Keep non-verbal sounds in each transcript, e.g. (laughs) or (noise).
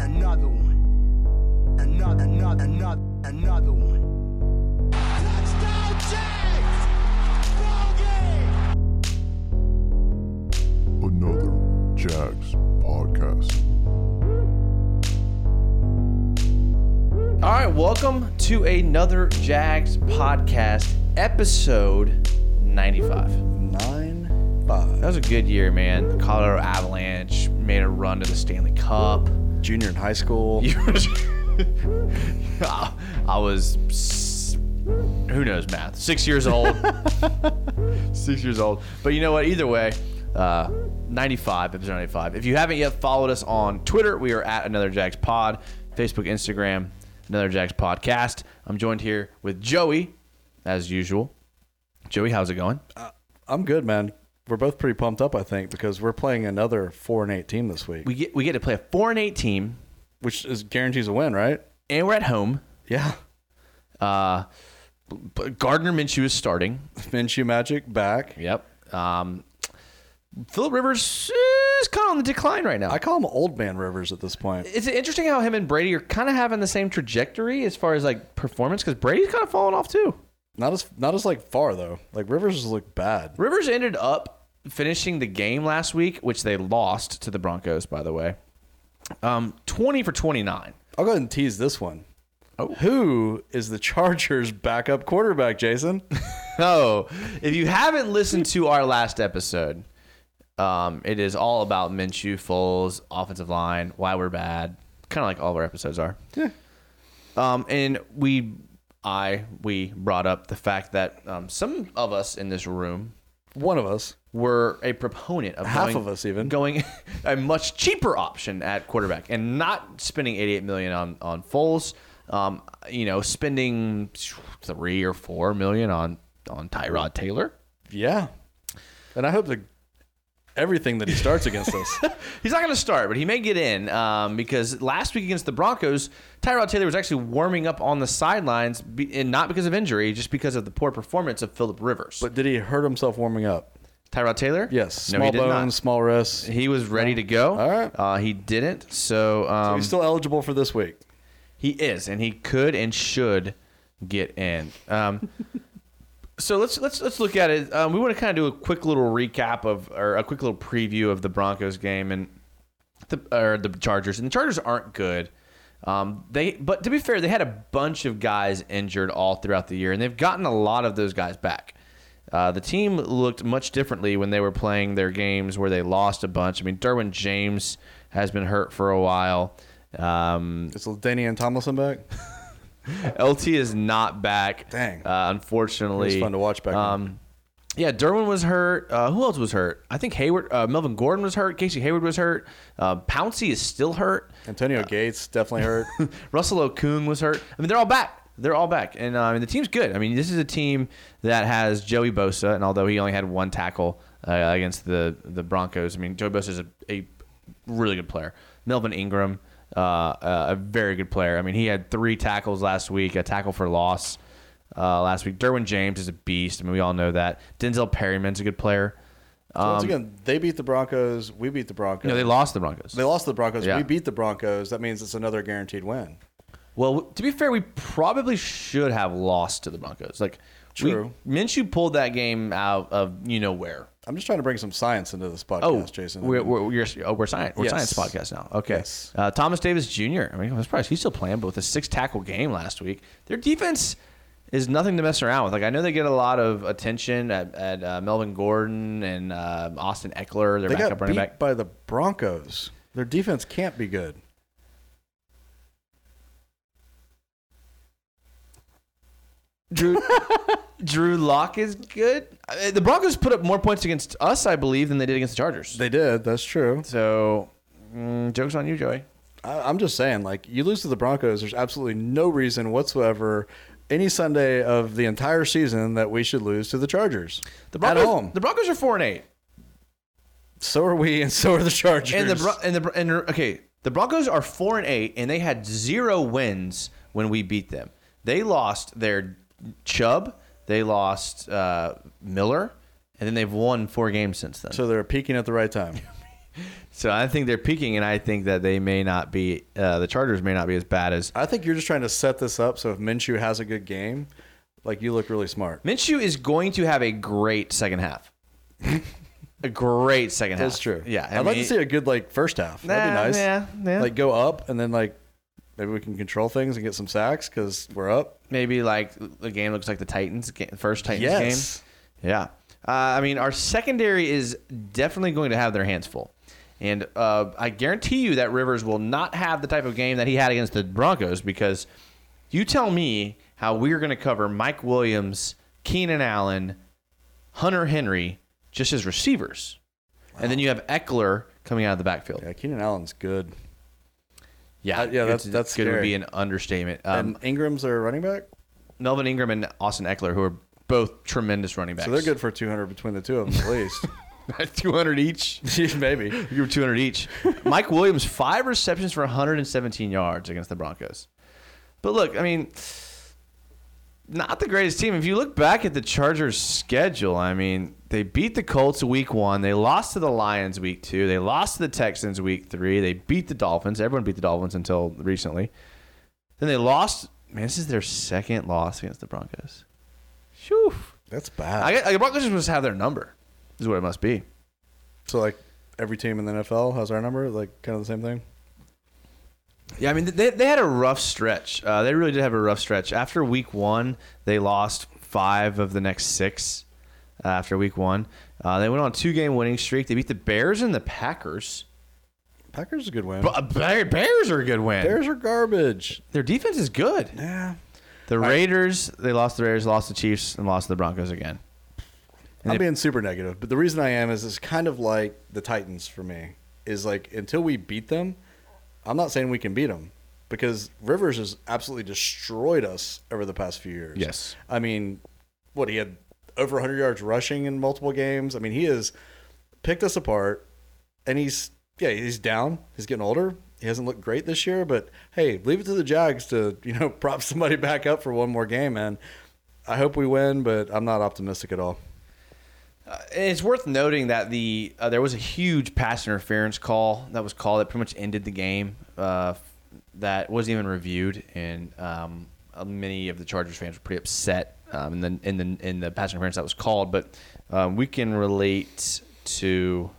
another one. Another, another, another, another one. Touchdown, Jags! Bogey! another Jags podcast. All right, welcome to another Jags podcast, episode 95. Nine That five. was a good year, man. The Colorado Avalanche made a run to the Stanley Cup. Junior in high school. (laughs) You were- I was, s- who knows math, six years old. six years old. But you know what? Either way, uh, 95, episode 95. If you haven't yet followed us on Twitter, we are at Another Jags Pod, Facebook, Instagram, Another Jags Podcast. I'm joined here with Joey, as usual. Joey, how's it going? I'm good, man. We're both pretty pumped up, I think, because we're playing another four and eight team this week, We get we get to play a four and eight team, which is guarantees a win, right? and we're at home. Yeah. Uh, b- b- Gardner Minshew is starting. Minshew Magic back. Yep. Um, Philip Rivers is kind of on the decline right now. I call him Old Man Rivers at this point. it's interesting how him and Brady are kind of having the same trajectory as far as like performance because Brady's kind of falling off too. Not as not as like far though. Like Rivers has looked bad. Rivers ended up finishing the game last week, which they lost to the Broncos, by the way. Um, 20 for 29. I'll go ahead and tease this one. Oh. Who is the Chargers backup quarterback, Jason? Oh, if you haven't listened to our last episode, um, it is all about Minshew, Foles, offensive line, why we're bad, kind of like all of our episodes are. Yeah. Um, and we, I, we brought up the fact that um, some of us in this room (laughs) One of us. were a proponent of Half going- of us even. going (laughs) a much cheaper option at quarterback and not spending 88 million on on Foles. Um, you know, spending three or four million on on Tyrod Taylor. Yeah. And I hope that everything that he starts against (laughs) us. He's not going to start, but he may get in um, because last week against the Broncos, Tyrod Taylor was actually warming up on the sidelines, be, and not because of injury, just because of the poor performance of Philip Rivers. But did he hurt himself warming up? Tyrod Taylor, Yes. no, Small he did bones, not. small wrists. He was ready to go. All right. uh, he didn't. So, um, He's still eligible for this week. He is, and he could and should get in. Um, so let's let's let's look at it. Um, we want to kind of do a quick little recap of or a quick little preview of the Broncos game and the or the Chargers. And the Chargers aren't good. Um, they but to be fair, they had a bunch of guys injured all throughout the year, and they've gotten a lot of those guys back. Uh, the team looked much differently when they were playing their games where they lost a bunch. I mean, Derwin James has been hurt for a while. Um, Is Danny and Tomlinson back? LT is not back. Dang. Uh, unfortunately, It was fun to watch back then. Um, yeah, Derwin was hurt. Uh, who else was hurt? I think Hayward, uh, Melvin Gordon was hurt. Casey Hayward was hurt. Uh, Pouncey is still hurt. Antonio Gates definitely (laughs) hurt. Russell Okung was hurt. I mean, they're all back. They're all back, and uh, I mean the team's good. I mean, this is a team that has Joey Bosa, and although he only had one tackle uh, against the the Broncos, I mean Joey Bosa is a, a really good player. Melvin Ingram, uh, uh, a very good player. I mean, he had three tackles last week, a tackle for loss uh, last week. Derwin James is a beast. I mean, we all know that. Denzel Perryman's a good player. Once again, they beat the Broncos. We beat the Broncos. You know, Um, they lost the Broncos. They lost to the Broncos. Yeah. We beat the Broncos. That means it's another guaranteed win. Well, to be fair, we probably should have lost to the Broncos. Like, we- True. Minshew pulled that game out of you know where. I'm just trying to bring some science into this podcast, Oh, Jason. We're, we're, we're, oh, we're science. We're Yes. science podcast now. Okay. Yes. Uh, Thomas Davis Jr. I mean, I'm surprised he's still playing, but with a six tackle game last week, their defense is nothing to mess around with. Like, I know they get a lot of attention at, at uh, Melvin Gordon and uh, Austin Eckler, their they got backup running beat back. by the Broncos. Their defense can't be good. Drew (laughs) Drew Lock is good. Uh, The Broncos put up more points against us, I believe, than they did against the Chargers. They did. That's true. So, mm, joke's on you, Joey. I, I'm just saying, like, you lose to the Broncos, there's absolutely no reason whatsoever any Sunday of the entire season that we should lose to the Chargers. The Broncos, At home. the Broncos are four and eight, so are we, and so are the Chargers. and the Bron- and the Bron- and okay, the Broncos are four and eight, and they had zero wins when we beat them. They lost their Chubb, they lost uh, Miller, and then they've won four games since then. so they're peaking at the right time. So I think they're peaking, and I think that they may not be. Uh, the Chargers may not be as bad as I think you're just trying to set this up so if Minshew has a good game, like you look really smart. Minshew is going to have a great second half. (laughs) a great second half. That's true. Yeah, I would like to see a good like first half. That'd be Nah, nice. yeah, yeah. Like go up and then like maybe we can control things and get some sacks because we're up. maybe like the game looks like the Titans game, first Titans Yes. game. Yeah. Uh, I mean, our secondary is definitely going to have their hands full. And uh, I guarantee you that Rivers will not have the type of game that he had against the Broncos because you tell me how we're going to cover Mike Williams, Keenan Allen, Hunter Henry just as receivers. And then you have Eckler coming out of the backfield. Yeah, Keenan Allen's good. Yeah, Uh, yeah, that's- it's- that's good would scary. be an understatement. Um, and Ingram's their running back, Melvin Ingram and Austin Eckler, who are both tremendous running backs, so they're (laughs) good for 200 between the two of them at (laughs) least. two hundred each. (laughs) maybe. (laughs) You were two hundred (laughs) each. Mike Williams five receptions for one hundred and seventeen yards against the Broncos. But look, I mean, not the greatest team. If you look back at the Chargers' schedule, I mean, they beat the Colts week one. They lost to the Lions week two. They lost to the Texans week three. They beat the Dolphins. Everyone beat the Dolphins until recently. Then they lost. Man, this is their second loss against the Broncos. Shoo. That's bad. I guess, like, the Broncos just must have their number. Is what it must be. so like every team in the NFL has our number, like kind of the same thing. Yeah, I mean they, they had a rough stretch. Uh, they really did have a rough stretch. After week one, they lost five of the next six. Uh, after week one, uh, they went on a two game winning streak. They beat the Bears and the Packers. Packers is a good win. But, uh, Bear- Bears are a good win. Bears are garbage. Their defense is good. Yeah. The Raiders, they lost the Raiders, lost the Chiefs, and lost to the Broncos again. And I'm they- being super negative, but the reason I am is it's kind of like the Titans for me. Is like until we beat them, I'm not saying we can beat them because Rivers has absolutely destroyed us over the past few years. Yes. I mean, what he had over 100 yards rushing in multiple games. I mean, he has picked us apart, and he's yeah, he's down. He's getting older. He hasn't looked great this year, but hey, leave it to the Jags to you know (laughs) prop somebody back up for one more game, man. I hope we win, but I'm not optimistic at all. And it's worth noting that the uh, there was a huge pass interference call that was called that pretty much ended the game. Uh, that wasn't even reviewed, and um, uh, many of the Chargers fans were pretty upset um, in the in the in the pass interference that was called. But um, we can relate to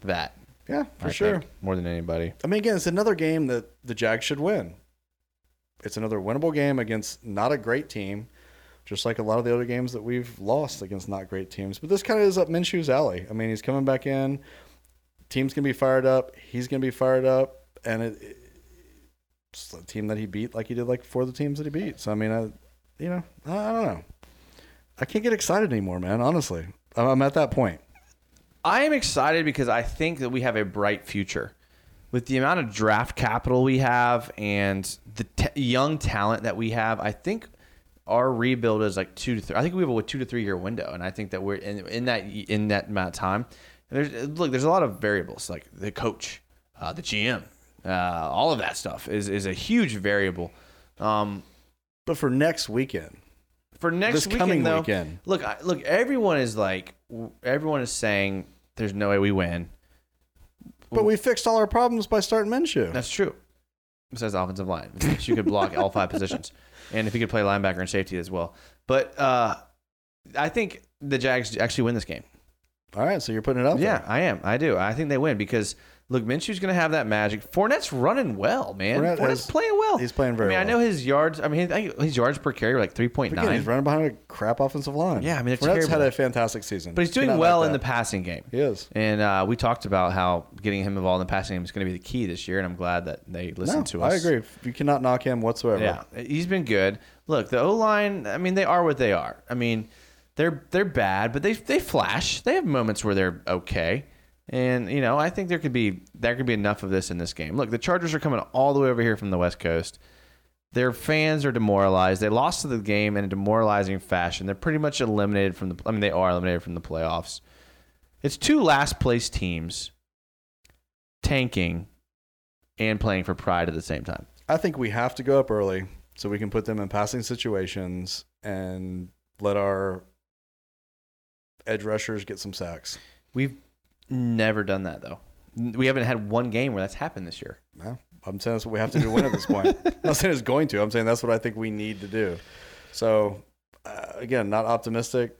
that Yeah, for I sure. think, more than anybody. I mean, again, it's another game that the Jags should win. It's another winnable game against not a great team, just like a lot of the other games that we've lost against not great teams. But this kind of is up Minshew's alley. I mean, he's coming back in. Team's gonna be fired up. He's gonna be fired up, and it, it- it's the team that he beat, like he did, like four of the teams that he beat. So I mean, I, you know, I, I don't know. I can't get excited anymore, man. Honestly, I'm, I'm at that point. I am excited because I think that we have a bright future. With the amount of draft capital we have and the t- young talent that we have, I think our rebuild is like two to three. I think we have a two to three year window, and I think that we're in, in that in that amount of time. And there's look, there's a lot of variables like the coach, uh, the GM, uh, all of that stuff is is a huge variable. Um, But for next weekend, for next This weekend, coming though, weekend. Look, I, look, everyone is like, w- everyone is saying there's no way we win. but we fixed all our problems by starting Minshew. That's true. Besides the offensive line, which you could block all five positions, and if you could play linebacker and safety as well. But uh, I think the Jags actually win this game. All right, so you're putting it up. Yeah, I am. I do. I think they win because look, Minshew's going to have that magic. Fournette's running well, man. Fournette Fournette's has- playing well. he's playing very I mean, I well. know his yards. I mean, I think his yards per carry were like three point But Again, nine. he's running behind a crap offensive line. Yeah, I mean, they're Fournette's had terrible. a fantastic season, But he's doing Cannot well knock in the that. passing game. He is. And uh, we talked about how getting him involved in the passing game is going to be the key this year, and I'm glad that they listened No, to I us. agree. You cannot knock him whatsoever. Yeah, he's been good. Look, the O line. I mean, they are what they are. I mean, they're they're bad, but they they flash. They have moments where they're okay, and you know, I think there could be there could be enough of this in this game. Look, the Chargers are coming all the way over here from the West Coast. Their fans are demoralized. They lost to the game in a demoralizing fashion. They're pretty much eliminated from the. I mean, they are eliminated from the playoffs. It's two last place teams tanking and playing for pride at the same time. I think we have to go up early so we can put them in passing situations and let our edge rushers get some sacks. We've never done that though. We haven't had one game where that's happened this year. No, I'm saying that's what we have to do to win at (laughs) this point. I'm not saying it's going to. I'm saying that's what I think we need to do. So, uh, again, not optimistic.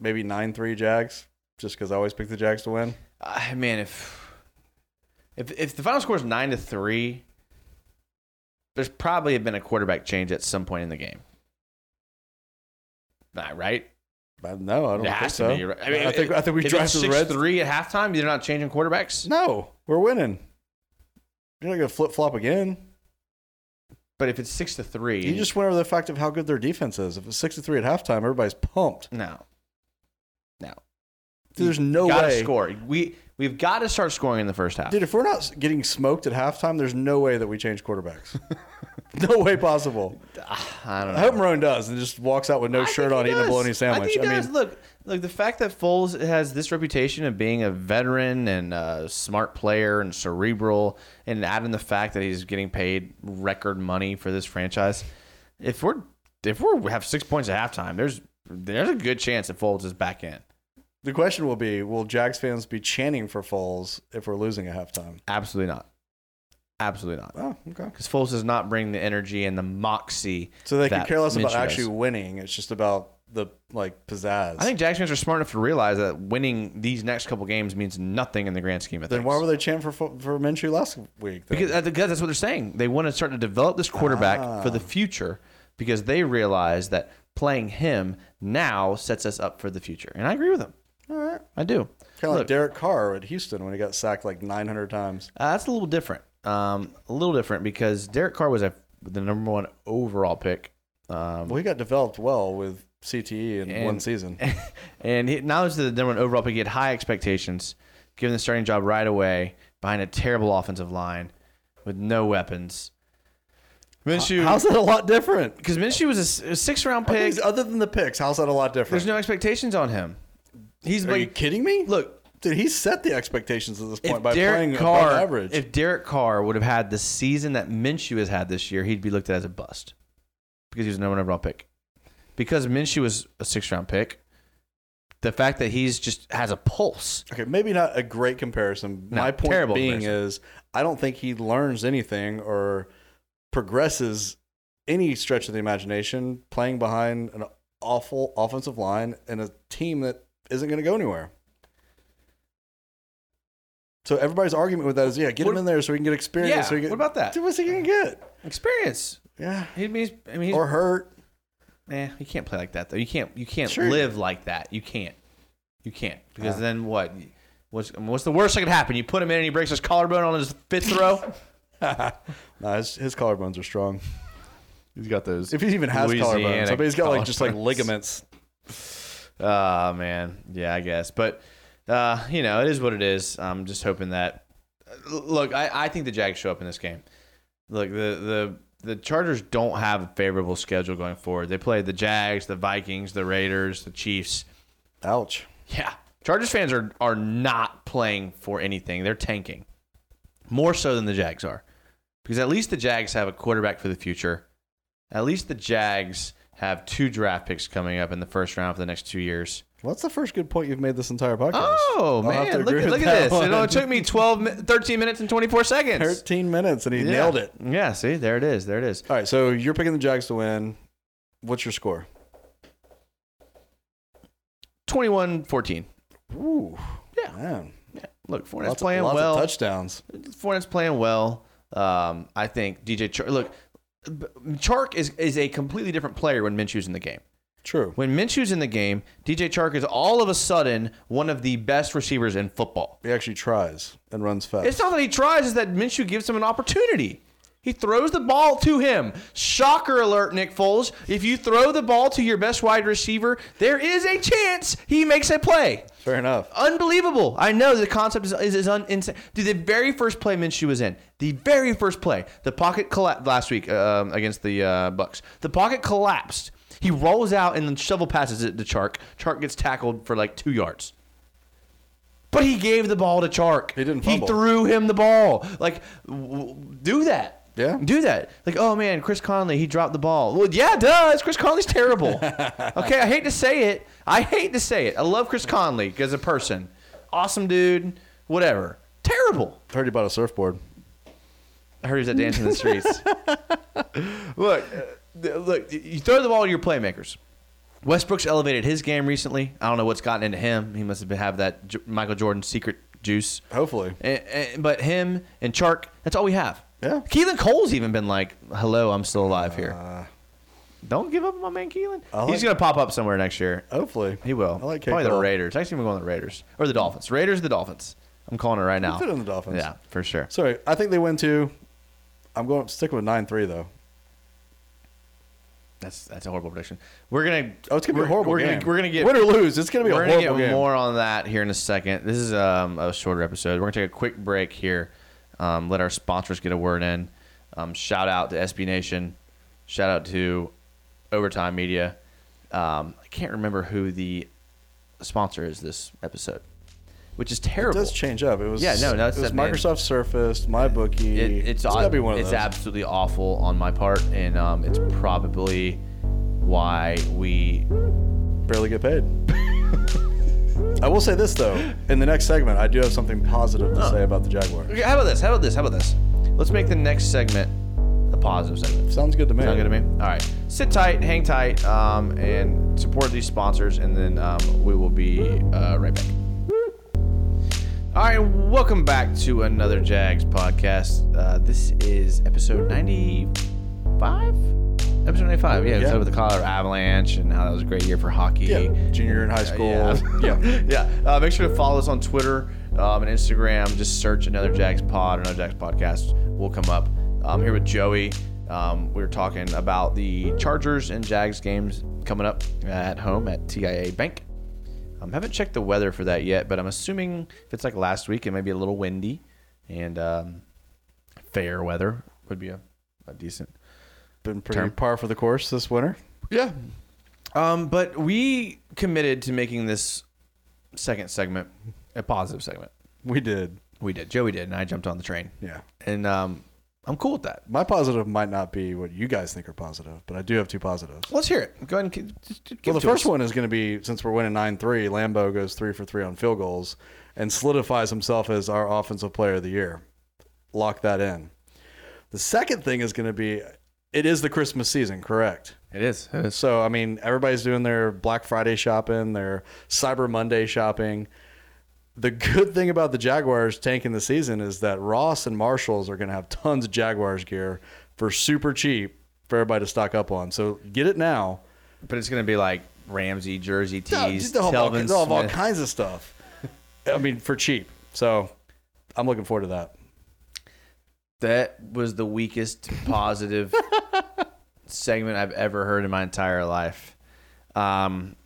Maybe 9 3 Jags, just because I always pick the Jags to win. I Ah, man, if if if the final score is nine to three, there's probably been a quarterback change at some point in the game. Not right. But no, I don't It think has to so. be. Right. I mean, think, I think we if drive it's to the red. three at halftime. They're not changing quarterbacks. No, we're winning. You're not going to flip flop again. But if it's six to three, You just went over the fact of how good their defense is. If it's 6 to 3 at halftime, everybody's pumped. no, no. Dude, there's no gotta way. score. We we've got to start scoring in the first half. Dude, if we're not getting smoked at halftime, there's no way that we change quarterbacks. (laughs) no way possible. I don't know. I hope Marone does and just walks out with no I shirt think on he eating a does. bologna I, sandwich. think I, he does. mean, look, look, the fact that Foles has this reputation of being a veteran and a smart player and cerebral, and adding the fact that he's getting paid record money for this franchise, if we're if we are have six points at halftime, there's there's a good chance that Foles is back in. the question will be will Jags fans be chanting for Foles if we're losing at halftime? Absolutely not. Absolutely not. Oh, okay. Because Foles does not bring the energy and the moxie. So they can that care less about Minshew actually does. winning. It's just about the like pizzazz. I think Jags fans are smart enough to realize that winning these next couple games means nothing in the grand scheme of things. then why were they chanting for Fo- for Minshew last week? then? Because I think that's what they're saying. They want to start to develop this quarterback for Ah. the future because they realize that playing him now sets us up for the future. And I agree with them. All right. I do. Kind of like Look, Derek Carr at Houston when he got sacked like 900 times. uh, that's a little different. Um, a little different because Derek Carr was a, the number one overall pick. (laughs) Um, Well, he got developed well with CTE in one And- season. and he, now he's the number one overall pick. He had high expectations, given the starting job right away behind a terrible offensive line with no weapons. Minshew, How's that a lot different? because Minshew was a s- a six round pick. Things other than the picks, how's that a lot different? There's no expectations on him. He's Are you like, kidding me? look, Dude, he set the expectations at this point if by playing Derek above Carr, average. if Derek Carr would have had the season that Minshew has had this year, he'd be looked at as a bust because he was a number one overall pick. Because Minshew was a six round pick, the fact that he's just has a pulse. okay, maybe not a great comparison. No, My point terrible being comparison. is, I don't think he learns anything or progresses any stretch of the imagination playing behind an awful offensive line and a team that isn't going to go anywhere. So everybody's argument with that is, yeah, get him What- in there so he can get experience. Yeah, so he can, what about that? Dude, what's he going to get? Experience. Yeah, He means I mean he's, or hurt. eh, you can't play like that though. You can't you can't Sure. live like that. You can't. You can't. Because then what? What's what's the worst that could happen? You put him in and he breaks his collarbone on his fifth (laughs) throw? Nah, his, his collarbones are strong. he's got those. If he even has Louisiana collarbones, I mean, he's got like just like collarbones. ligaments. Ah, man. Yeah, I guess. But, uh, you know, it is what it is. I'm just hoping that. Look, I, I think the Jags show up in this game. Look, the, the, the Chargers don't have a favorable schedule going forward. They play the Jags, the Vikings, the Raiders, the Chiefs. Ouch. Yeah. Chargers fans are, are not playing for anything. They're tanking more so than the Jags are. Because at least the Jags have a quarterback for the future. At least the Jags have two draft picks coming up in the first round for the next two years. Well, that's the first good point you've made this entire podcast. Oh, I'll have to man. Look, agree at with look that at this. It one. only took me 12, mi- 13 minutes and 24 seconds. 13 minutes and he Yeah. nailed it. Yeah, see, there it is. There it is. All right, so you're picking the Jags to win. What's your score? 21 14. Ooh. Yeah. Man. Look, Fournette's Lots, playing lots well. of touchdowns. Fournette's playing well. Um, I think DJ Chark. Look, b- Chark is is a completely different player when Minshew's in the game. True. When Minshew's in the game, DJ Chark is all of a sudden one of the best receivers in football. He actually tries and runs fast. It's not that he tries; it's that Minshew gives him an opportunity. He throws the ball to him. Shocker alert, Nick Foles! If you throw the ball to your best wide receiver, there is a chance he makes a play. Fair enough. Oh. Unbelievable. I know the concept is, is, is un, insane. Dude, the very first play Minshew was in, the very first play, the pocket collapsed last week um, against the uh, Bucks. The pocket collapsed. He rolls out and then shovel passes it to Chark. Chark gets tackled for like two yards. But he gave the ball to Chark. He didn't He fumble. threw him the ball. Like, w- w- do that. Yeah. Do that. Like, oh man, Chris Conley, he dropped the ball. Well, yeah, duh. It's Chris Conley's terrible. okay, I hate to say it. I hate to say it. I love Chris Conley as a person. Awesome dude. Whatever. Terrible. I heard you bought a surfboard. I heard he was at dancing in the streets. look, uh, th- look, y- you throw the ball to your playmakers. Westbrook's elevated his game recently. I don't know what's gotten into him. He must have been, have that J- Michael Jordan secret juice. Hopefully. And, and- but him and Chark, that's all we have. Yeah. Keelan Cole's even been like, "Hello, I'm still alive here." don't give up on my man Keelan. Uh, I like- He's gonna pop up somewhere next year. Hopefully. He will. I like K. Probably the Cole. Raiders. Actually, I'm going to the Raiders or the Dolphins. Raiders, the Dolphins. I'm calling it right now. put it on the Dolphins. Yeah, for sure. Sorry, I think they win two. I'm going sticking with nine three though. That's that's a horrible prediction. We're gonna. Oh, it's gonna be we're- a horrible we're game. Gonna, we're gonna get. win or lose. It's gonna be a we're gonna horrible get game. more on that here in a second. This is um, a shorter episode. We're gonna take a quick break here. Um, let our sponsors get a word in. Um, shout out to SB Nation. Shout out to Overtime Media. Um, I can't remember who the sponsor is this episode, which is It terrible. does change up. It was Yeah, no, no, it's it was that man. Microsoft Surface, my bookie. It, it's it's gotta be one of it's those. absolutely awful on my part, and um, it's probably why we barely get paid. I will say this though, in the next segment, I do have something positive to say about the Jaguar. Okay, how about this? How about this? How about this? Let's make the next segment a positive segment. Sounds good to me. Sound good to me? All right. Sit tight, hang tight, um, and support these sponsors, and then um, we will be uh, right back. All right, welcome back to another Jags podcast. Uh, this is episode 95? Episode 95, yeah. It was Yeah. over the Colorado Avalanche and how that was a great year for hockey. Yeah, junior in high school. Yeah, yeah. Uh, make sure to follow us on Twitter um, and Instagram. Just search another Jags Pod, another Jags podcast. We'll come up. I'm here with Joey. Um, we were talking about the Chargers and Jags games coming up at home at TIA Bank. um, haven't checked the weather for that yet, but I'm assuming if it's like last week, it may be a little windy and um, fair weather would be a, a decent Been pretty par for the course this winter. yeah. Um, but we committed to making this second segment a positive segment. We did. We did. Joey did, and I jumped on the train. Yeah. And um, I'm cool with that. My positive might not be what you guys think are positive, but I do have two positives. Let's hear it. Go ahead and ki- just- just give Well, it the to first us. one is going to be since we're winning 9 3, Lambeau goes 3 for 3 on field goals and solidifies himself as our offensive player of the year. Lock that in. The second thing is going to be it is the Christmas season, correct? It is. It is. So, I mean, everybody's doing their Black Friday shopping, their Cyber Monday shopping. The good thing about the Jaguars tanking the season is that Ross and Marshalls are going to have tons of Jaguars gear for super cheap for everybody to stock up on. So, get it now. But it's going to be like Ramsey, Jersey Yeah, tees, they'll have all- Telvin they'll have all Smith. kinds of stuff. I mean, for cheap. So I'm looking forward to that. That was the (laughs) weakest positive segment I've ever heard in my entire life. Um,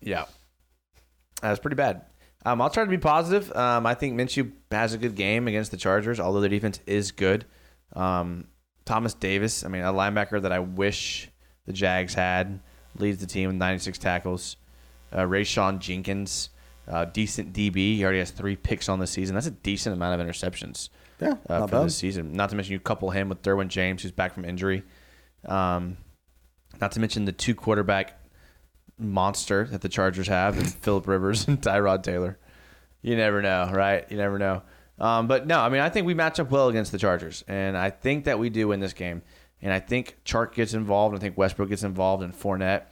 yeah, that was Uh, pretty bad. Um, I'll try to be positive. Um, I think Minshew has a good game against the Chargers, although their defense is good. Um, Thomas Davis, I mean, a linebacker that I wish the Jags had, leads the team with 96 tackles. Uh, Ray Sean Jenkins, uh, decent DB. He already has three picks on the season. That's a decent amount of interceptions Yeah, uh, not for bad. this season. Not to mention you couple him with Derwin James, who's back from injury. Um, not to mention the two quarterback monster that the Chargers have, and Philip Rivers (laughs) and Tyrod Taylor. You never know, right? You never know. Um, but no, I mean, I think we match up well against the Chargers, and I think that we do win this game. And I think Chark gets involved, and I think Westbrook gets involved, and Fournette,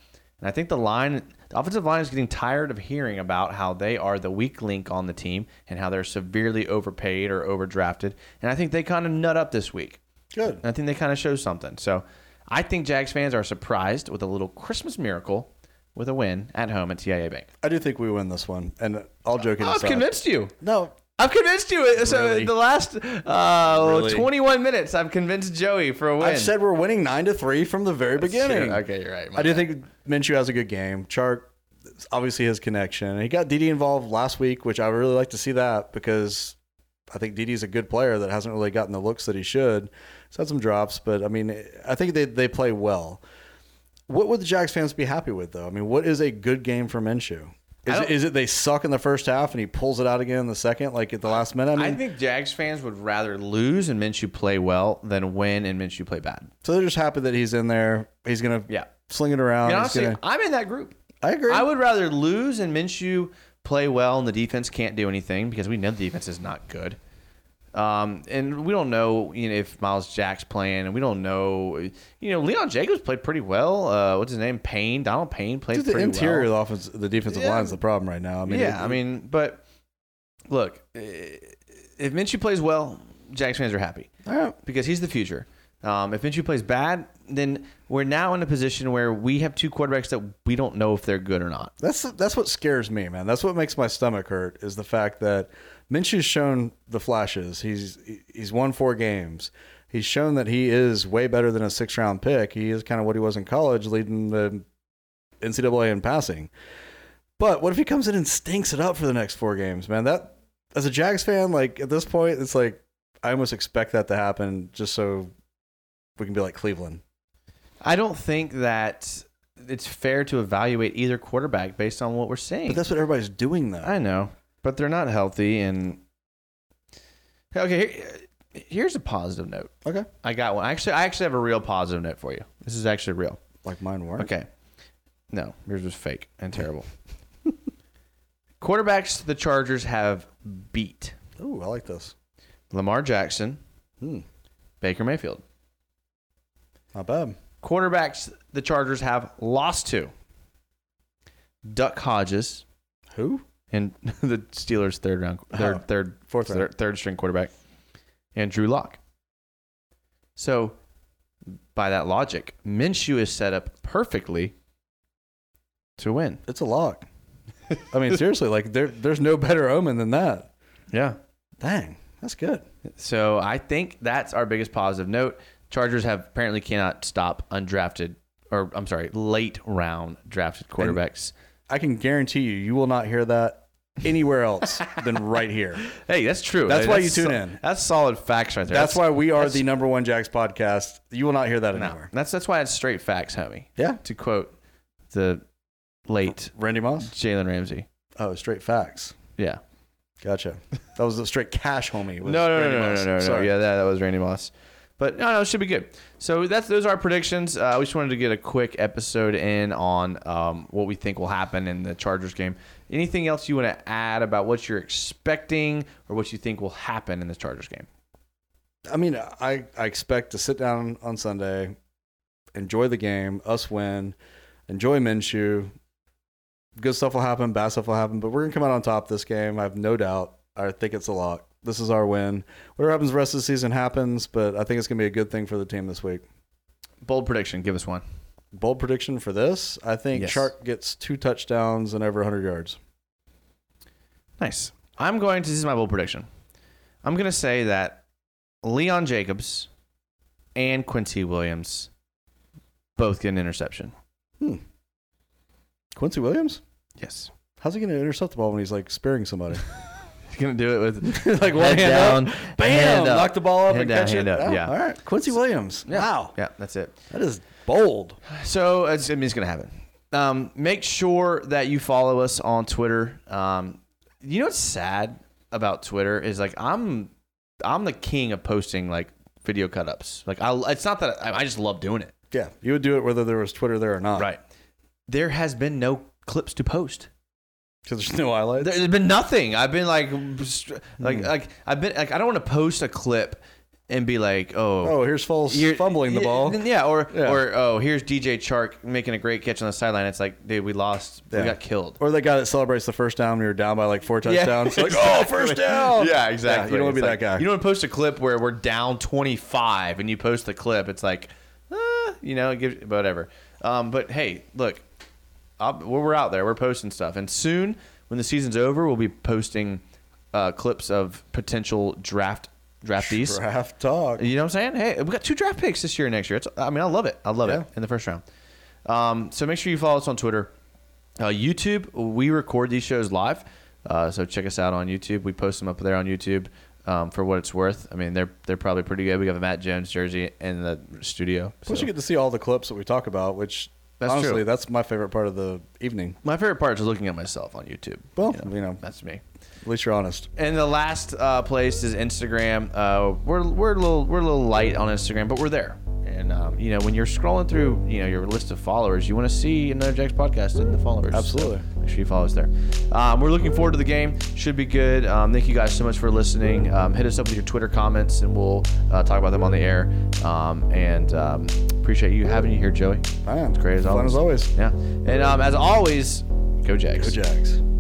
and I think the line, the offensive line, is getting tired of hearing about how they are the weak link on the team and how they're severely overpaid or overdrafted. And I think they kind of nut up this week. Good. And I think they kind of show something. So I think Jags fans are surprised with a little Christmas miracle with a win at home at TIA Bank. I do think we win this one. And all joking I've aside, convinced you. No, I've convinced you. So Really? the last uh, Really? 21 minutes, I've convinced Joey for a win. I've said we're winning nine to three from the very Sure. beginning. Okay, you're right. My I do bad. think Minshew has a good game. Chark, obviously his connection. He got Didi involved last week, which I would really like to see that because I think Didi's a good player that hasn't really gotten the looks that he should. He's had some drops, but I mean, I think they, they play well. What would the Jags fans be happy with, though? I mean, what is a good game for Minshew? Is don't- it, is it they suck in the first half and he pulls it out again in the second, like at the last minute? I mean, I think Jags fans would rather lose and Minshew play well than win and Minshew play bad. so they're just happy that he's in there. He's going to Yeah. sling it around. And He's honestly, gonna- I'm in that group. I agree. I would rather lose and Minshew play well and the defense can't do anything because we know the defense is not good. Um, and we don't know, you know, if Miles Jack's playing, and we don't know, you know, Leon Jacobs played pretty well. Uh, what's his name? Payne, Donald Payne played Dude, the pretty interior well. of the offense, the defensive Yeah. line is the problem right now. I mean, yeah, it- I mean, but look, eh, if Minshew plays well, Jags fans are happy all right. because he's the future. Um, if Minshew plays bad, then we're now in a position where we have two quarterbacks that we don't know if they're good or not. That's that's what scares me, man. That's what makes my stomach hurt is the fact that Minshew's shown the flashes. He's he's won four games. He's shown that he is way better than a six round pick. He is kind of what he was in college, leading the NCAA in passing. But what if he comes in and stinks it up for the next four games, man? That as a Jags fan, like at this point, it's like I almost expect that to happen just so we can be like Cleveland. I don't think that it's fair to evaluate either quarterback based on what we're seeing. But that's what everybody's doing though. I know, but they're not healthy. And okay, here, here's a positive note. Okay. I got one. Actually, I actually have a real positive note for you. This is actually real. Like mine were. Okay. No, yours was fake and terrible. (laughs) Quarterbacks the Chargers have beat Ooh, I like this. Lamar Jackson, Hmm. Baker Mayfield. Not bad. Quarterbacks the Chargers have lost to Duck Hodges Who? and (laughs) the Steelers' third round, third, Oh, third, fourth third, round. third string quarterback, and Drew Lock. So, by that logic, Minshew is set up perfectly to win. It's a lock. (laughs) I mean, seriously, like there, there's no better omen than that. Yeah. Dang, that's good. So I think that's our biggest positive note. Chargers have apparently cannot stop undrafted or I'm sorry, late round drafted quarterbacks. I can guarantee you, you will not hear that anywhere (laughs) else than right here. hey, that's true. That's Hey, why you tune so- in. That's solid facts right there. That's, why we are that's- the number one Jacks podcast. You will not hear that No, anywhere. (laughs) that's that's why it's straight facts, homie. Yeah. To quote the late Randy Moss? Jalen Ramsey. Oh, straight facts. Yeah. Gotcha. (laughs) That was a straight cash, homie. No, was no, no, Randy no, no, Moss. no, no, Sorry. Yeah, that, that was Randy Moss. But no, no, it should be good. So that's those are our predictions. Uh, we just wanted to get a quick episode in on um, what we think will happen in the Chargers game. Anything else you want to add about what you're expecting or what you think will happen in the Chargers game? I mean, I, I expect to sit down on Sunday, enjoy the game, us win, enjoy Minshew. Good stuff will happen, bad stuff will happen, but we're going to come out on top this game. I have no doubt. I think it's a lock. This is our win. Whatever happens the rest of the season happens, but I think it's going to be a good thing for the team this week. Bold prediction. Give us one. Bold prediction for this I think Yes. Chark gets two touchdowns and over 100 yards. Nice. I'm going to. This is my bold prediction. I'm going to say that Leon Jacobs and Quincy Williams both get an interception. Quincy Williams? Yes. How's he going to intercept the ball when he's like spearing somebody? He's going to do it with (laughs) Head like one hand down, down, bam, hand up. knock the ball up Hand and down, catch hand it. up, Oh, yeah. All right, Quincy Williams. Wow, Yeah, that's it. that is bold. So it's, I mean, it's going to happen. Um, make sure that you follow us on Twitter. Um, you know what's sad about Twitter is like I'm, I'm the king of posting like video cut ups. Like I, it's not that I, I just love doing it. Yeah, you would do it whether there was Twitter there or not. Right. There has been no clips to post. because there's no highlights. There- There's been nothing. I've been like, str- like, like I've been like, I don't want to post a clip and be like, oh, oh, here's Foles you're- fumbling the yeah, ball. Yeah, or Yeah. or oh, here's DJ Chark making a great catch on the sideline. It's like, dude, we lost. Yeah. We got killed. Or that guy that celebrates the first down when you're down by like four Yeah, touchdowns. (laughs) Like, (laughs) oh, exactly. first down. Yeah, exactly. you don't want to It's be like- that guy. You don't want to post a clip where we're down 25 and you post the clip. It's like, uh, you know, it gives, whatever. Um, but hey, look, I'll, we're we're out there. We're posting stuff. And soon, when the season's over, we'll be posting uh, clips of potential draft draftees. draft talk. You know what I'm saying? Hey, we got two draft picks this year and next year. It's, I mean, I love it. I love Yeah. it in the first round. Um, so make sure you follow us on Twitter, uh, YouTube. We record these shows live, uh, so check us out on YouTube. We post them up there on YouTube um, for what it's worth. I mean, they're they're probably pretty good. We got a Matt Jones jersey in the studio. Plus, so. you get to see all the clips that we talk about, which That's honestly, true. that's my favorite part of the evening. My favorite part is looking at myself on YouTube. Well, you know. that's me. At least you're honest. And the last uh, place is Instagram. Uh, we're we're a little we're a little light on Instagram, but we're there. And um, you know, when you're scrolling through, you know, your list of followers, you want to see another Jack's podcast in the followers. Absolutely. So She follows there. Um, we're looking forward to the game. Should be good. Um, thank you guys so much for listening. Um, hit us up with your Twitter comments, and we'll uh, talk about them on the air. Um, and um, appreciate you having you here, Joey. Man, It's great as fun always. as always. Yeah. And um, as always, go Jags. Go Jags.